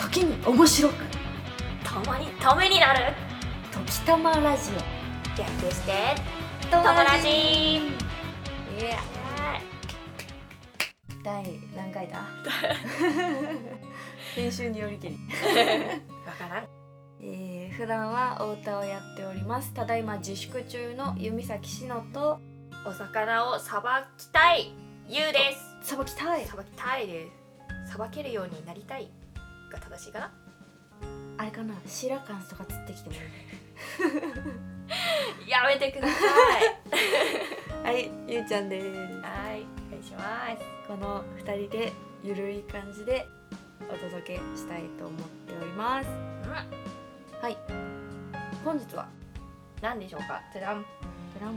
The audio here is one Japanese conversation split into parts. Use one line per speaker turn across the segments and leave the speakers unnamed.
時に面白くたまにためになる時たまラジオ略して友達イエ
第何回だ 編集によりきり、
ーわからん
えー、普段はお歌をやっておりますただいま自粛中の弓崎しのと
お魚をさばきたいゆうで
さばきたい
すさばきたいですさばけるようになりたいが正しいかな
あれかなシーラカンスとか釣ってきてもいい
やめてください
はいゆうちゃんです
はいお願いします
この二人でゆるい感じでお届けしたいと思っております
うん
本日は
何でしょうかじゃじゃん
ブラン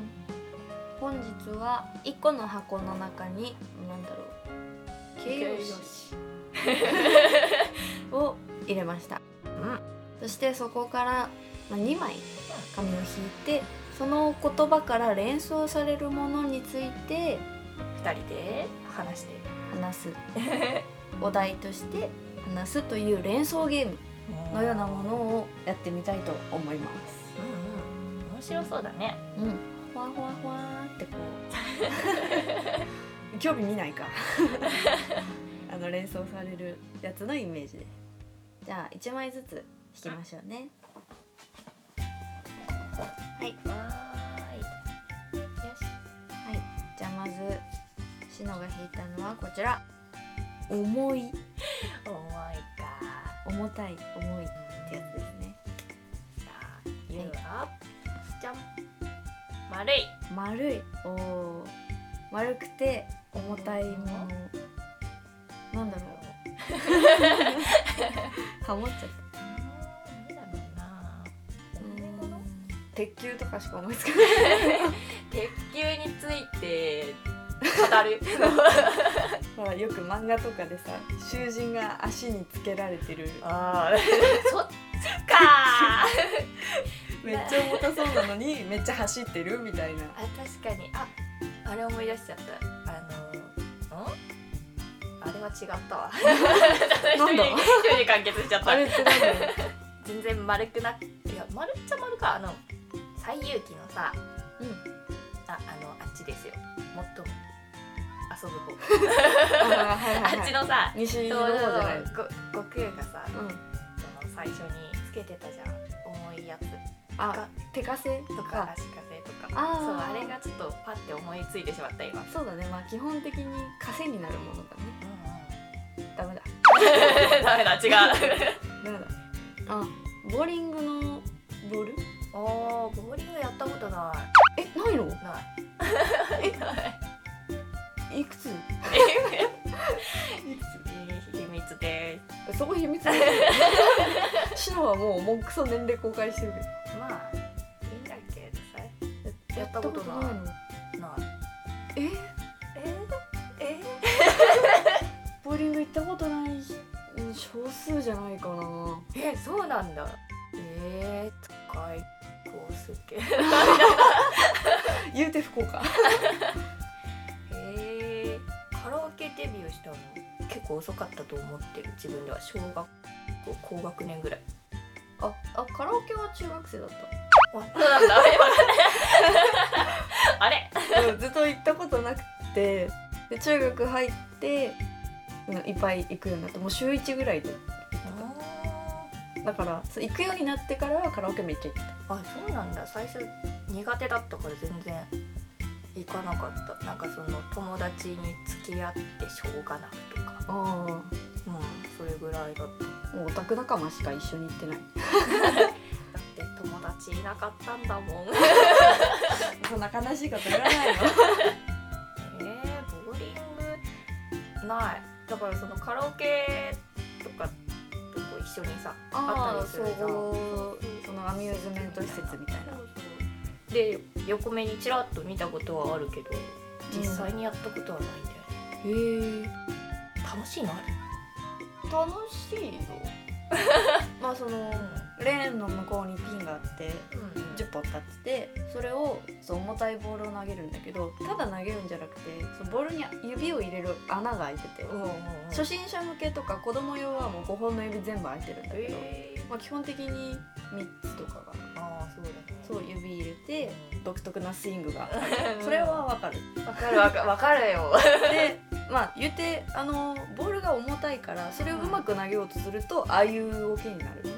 本日は一個の箱の中に何だろう形容詞を入れました、
ん
そしてそこから、まあ、2枚紙を引いてその言葉から連想されるものについて
二人で話 して
話すお題として話すという連想ゲームのようなものをやってみたいと思います
うんうん面白そうだね
うんほわほわほわーってこう興味見ない かあの連想されるやつのイメージでじゃあ1枚ずつ引きましょうね
わーいよし
はい、じゃあまずしのが引いたのはこちら重い
重いか
重たい重いってやつですね
さあゆうはじゃん丸い
丸いおー丸くて重たいものなんだろうハモっちゃった
なんだろうな
鉄球とかしか思いつかない
鉄球につい て語る
ほらよく漫画とかでさ囚人が足につけられてる
ああそっちかー
めっちゃ重たそうなの にめっちゃ走ってるみたいな
あ確かにああれ思い出しちゃったあのんあれは違った わ
なんだ
一人で一人で完結しちゃった
あれってなんだろう
全然丸くなくいや丸っちゃ丸かあの西遊記のさ、
うん
ああのあっちですよもっと遊ぶ方
あ,、はいはい
あっ
は
ち
い、
のさ
西の
そ
方
う
じ
そう
ゃない
そうご悟空がさ
うん
その最初につけてたじゃん重いやつ
あ手稼
と
と
か
か
足かせとか
あー
そうあれがちょっとパッて思いついてしまった今、うん
そうだねまあ基本的に稼になるものだねダメだ
うん、 ダメだ違 う
ダメだあボーリングのボール
おーボーリングやったことな
えないの
いない
いくつ
い秘密で
そこ秘密だよ シノはもう文句そ年齢公開してる
すまあいいんだけどさ
けど
やったことな
やった
い
こと
ない
ないの
ええ
えボーリング行ったことないうん少数じゃないかな
ええそうなんだえー、高いコースケ
言うて福岡
えー、カラオケデビューしたの結構遅かったと思ってる自分では小学校高学年ぐらい
ああカラオケは中学生だった
あそうなん だあれわかんないあれ
うんずっと行ったことなくてで中学入って、うん、いっぱい行くようになってもう週1ぐらいでだからそう行くようになってからはカラオケめっちゃ行ってた
あそうなんだ最初苦手だったから全然行かなかったなんかその友達に付き合ってしょうがなくとか
あ
うんそれぐらいだっただ
あもうオタク仲間しか一緒に行ってない
って友達いなかったんだもん
そんな悲しいこと言わ ないの
えー、ボーリングないだからそのカラオケとかとこう一緒にさあ
あ
っ
あ
たりす
そ
るじゃん
うそのアミューズメント施設みたいな
そうそうで横目にちらっと見たことはあるけど実際にやったことはないんだよね、
へえ
楽しいのあれ
楽しいよまあその
うん
レーンの向こうにピンがあって
うん
10本立っててそれをそう重たいボールを投げるんだけどただ投げるんじゃなくてそのボールに指を入れる穴が開いてて、
うんうんうん
初心者向けとか子供用はもう5本の指全部開いてるんだけど、
えー
まあ、基本的に3つとかが
ああそうだね
そう指入れて独特なスイングが
うん
それはわかる。
わかるわ かわかるよ
でまあ言ってあのボールが重たいからそれをうまく投げようとするとああいう動きになるのね。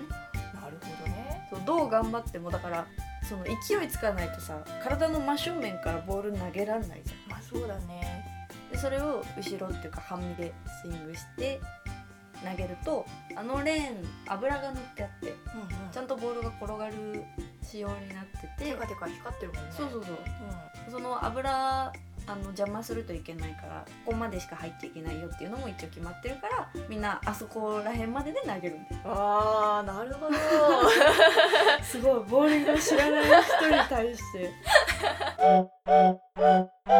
なるほどね
そうどう頑張ってもだからその勢いつかないとさ体の真正面からボール投げられないじゃ
まあそうだね
んでそれを後ろっていうか半身でスイングして投げるとあのレーン油が塗ってあって
うんうん
ちゃんとボールが転がる仕様になってて
テカテカ光ってるもんね
そう
う、
そうそう
うん、
その油あの邪魔するといけないからここまでしか入っちゃいけないよっていうのも一応決まってるからみんなあそこら辺までで投げるんだよ
あーなる ほど
すごいボーリングを知らない人に対して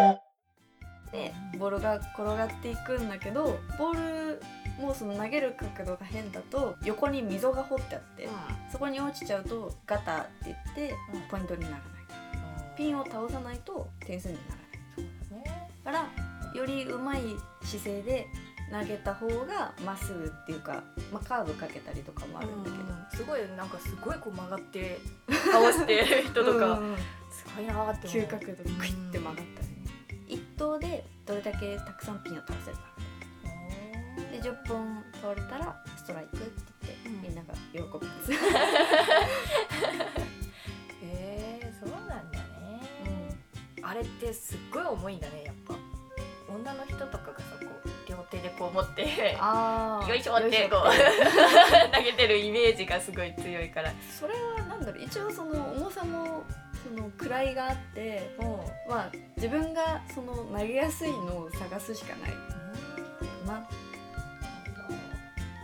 でボールが転がっていくんだけどボールもうその投げる角度が変だと横に溝が掘ってあってそこに落ちちゃうとガタって言って
うん
ポイントにならない
ピ
ピ
ン
ンを倒さないと点数にならない
ね
からよりうまい姿勢で投げた方がまっすぐっていうか、まあ、カーブかけたりとかもあるんだけど、
すごいなんかすごいこう曲がって倒し てる人とか
うん
すごいなーって思う
急角度でクイッて曲がったりね一投でどれだけたくさんピンを倒せるかで10本倒れたらストライクって言って、
うん
みんなが喜びます、
へえそうなんだね、あれってすっごい重いんだねやっぱ女の人とかがさこう両手でこう持って
あー
よいしょってこ
よいしょって
う 投げてるイメージがすごい強いから
それはなんだろう一応その重さもその位があって
も
まあ自分がその投げやすいのを探すしかないう
う
な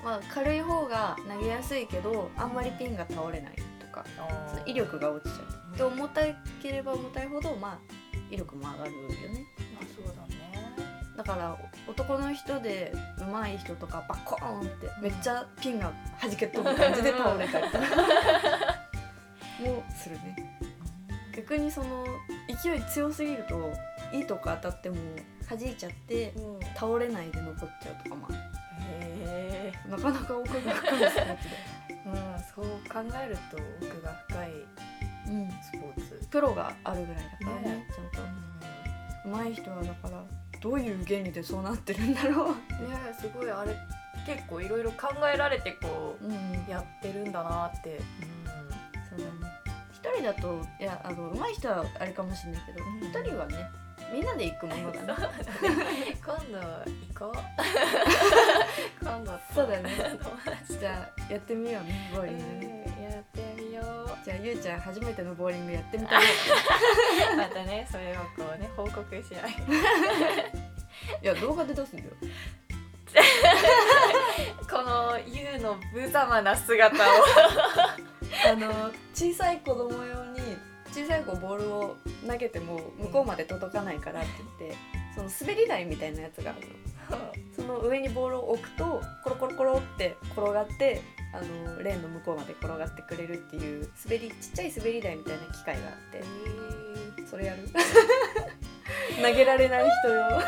まあ、軽い方が投げやすいけどあんまりピンが倒れないとかその威力が落ちちゃうで
と
重たければ重たいほど、まあ、威力も上がるよね
まあそうだね
だから男の人で上手い人とかバコーンってめっちゃピンが弾け飛ぶ感じで倒れたりとか もするね逆にその勢い強すぎるといいとこ当たっても弾いちゃって
うんへ
倒れないで残っちゃうとかまあ
え
なかなか奥が深いですね。
うん、そう考えると奥が深い
うん
スポーツ。
プロがあるぐらいだからね
ね
ちゃんと上手い人はだからどういう原理でそうなってるんだろう、
ねえすごいあれ結構いろいろ考えられてこ
うん、
うやってるんだなって。
そうだね一人だといやあの上手い人はあれかもしれないけど
うん
一、人はねみんなで行くものだね
今度行こう。 今度
そうだね
友達
じゃあやってみようねボー
う
リングね、
んやってみよう。
じゃあゆうちゃん初めてのボーリングやってみ たいい
また ねそれをこうね報告し合い。
や動画で出すんだよ
このユウの無様な姿を。
あの小さい子供用に小さい子ボールを投げても向こうまで届かないからって言ってその滑り台みたいなやつがあるのその上にボールを置くとコロコロコロって転がってあのレーンの向こうまで転がってくれるっていう滑りちっちゃい滑り台みたいな機械があっ
え
てそれやる投げられない人よ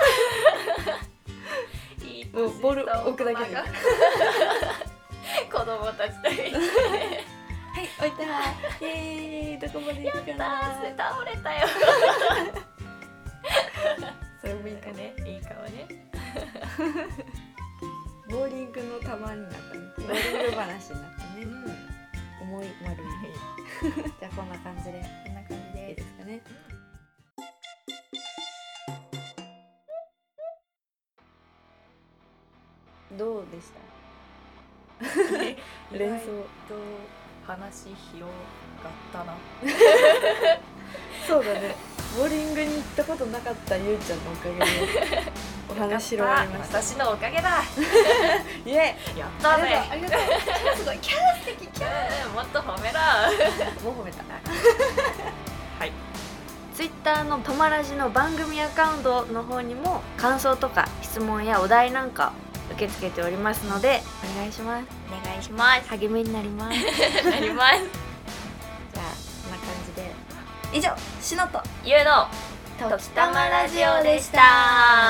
ーいい
もうボール置くだけで
大人が子供たちと一緒に
はい置いたイエーイどこまで行くかな
倒れたよ。
それもいいかね
ね、いいかもね。
ボーリングの玉にな ったねボーリング話になったね
ん。は
思い丸に
い。
じゃあこんな感じで
こんな感じ
いい
で
ですかねどうでした
す。
連想
意外と話広がったな。
そうだねボーリングに行ったことなかったゆうちゃんのおかげで お話広がりました
私のおかげだ。
イエ
やったぜ。
ありがとうすごいキャー素敵キャ
うんもっと褒めろ。
ーもう褒めた
はい。
ツイッターの「とまらじ」の番組アカウントの方にも感想とか質問やお題なんか受け付けておりますのでお願いします
お願いし ます
励みになりますじゃ
なりま
あ
す
こんな感じで
以上しのと
ゆうの
と
時たまラジオでした
ま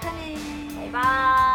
たねー
バイバーイ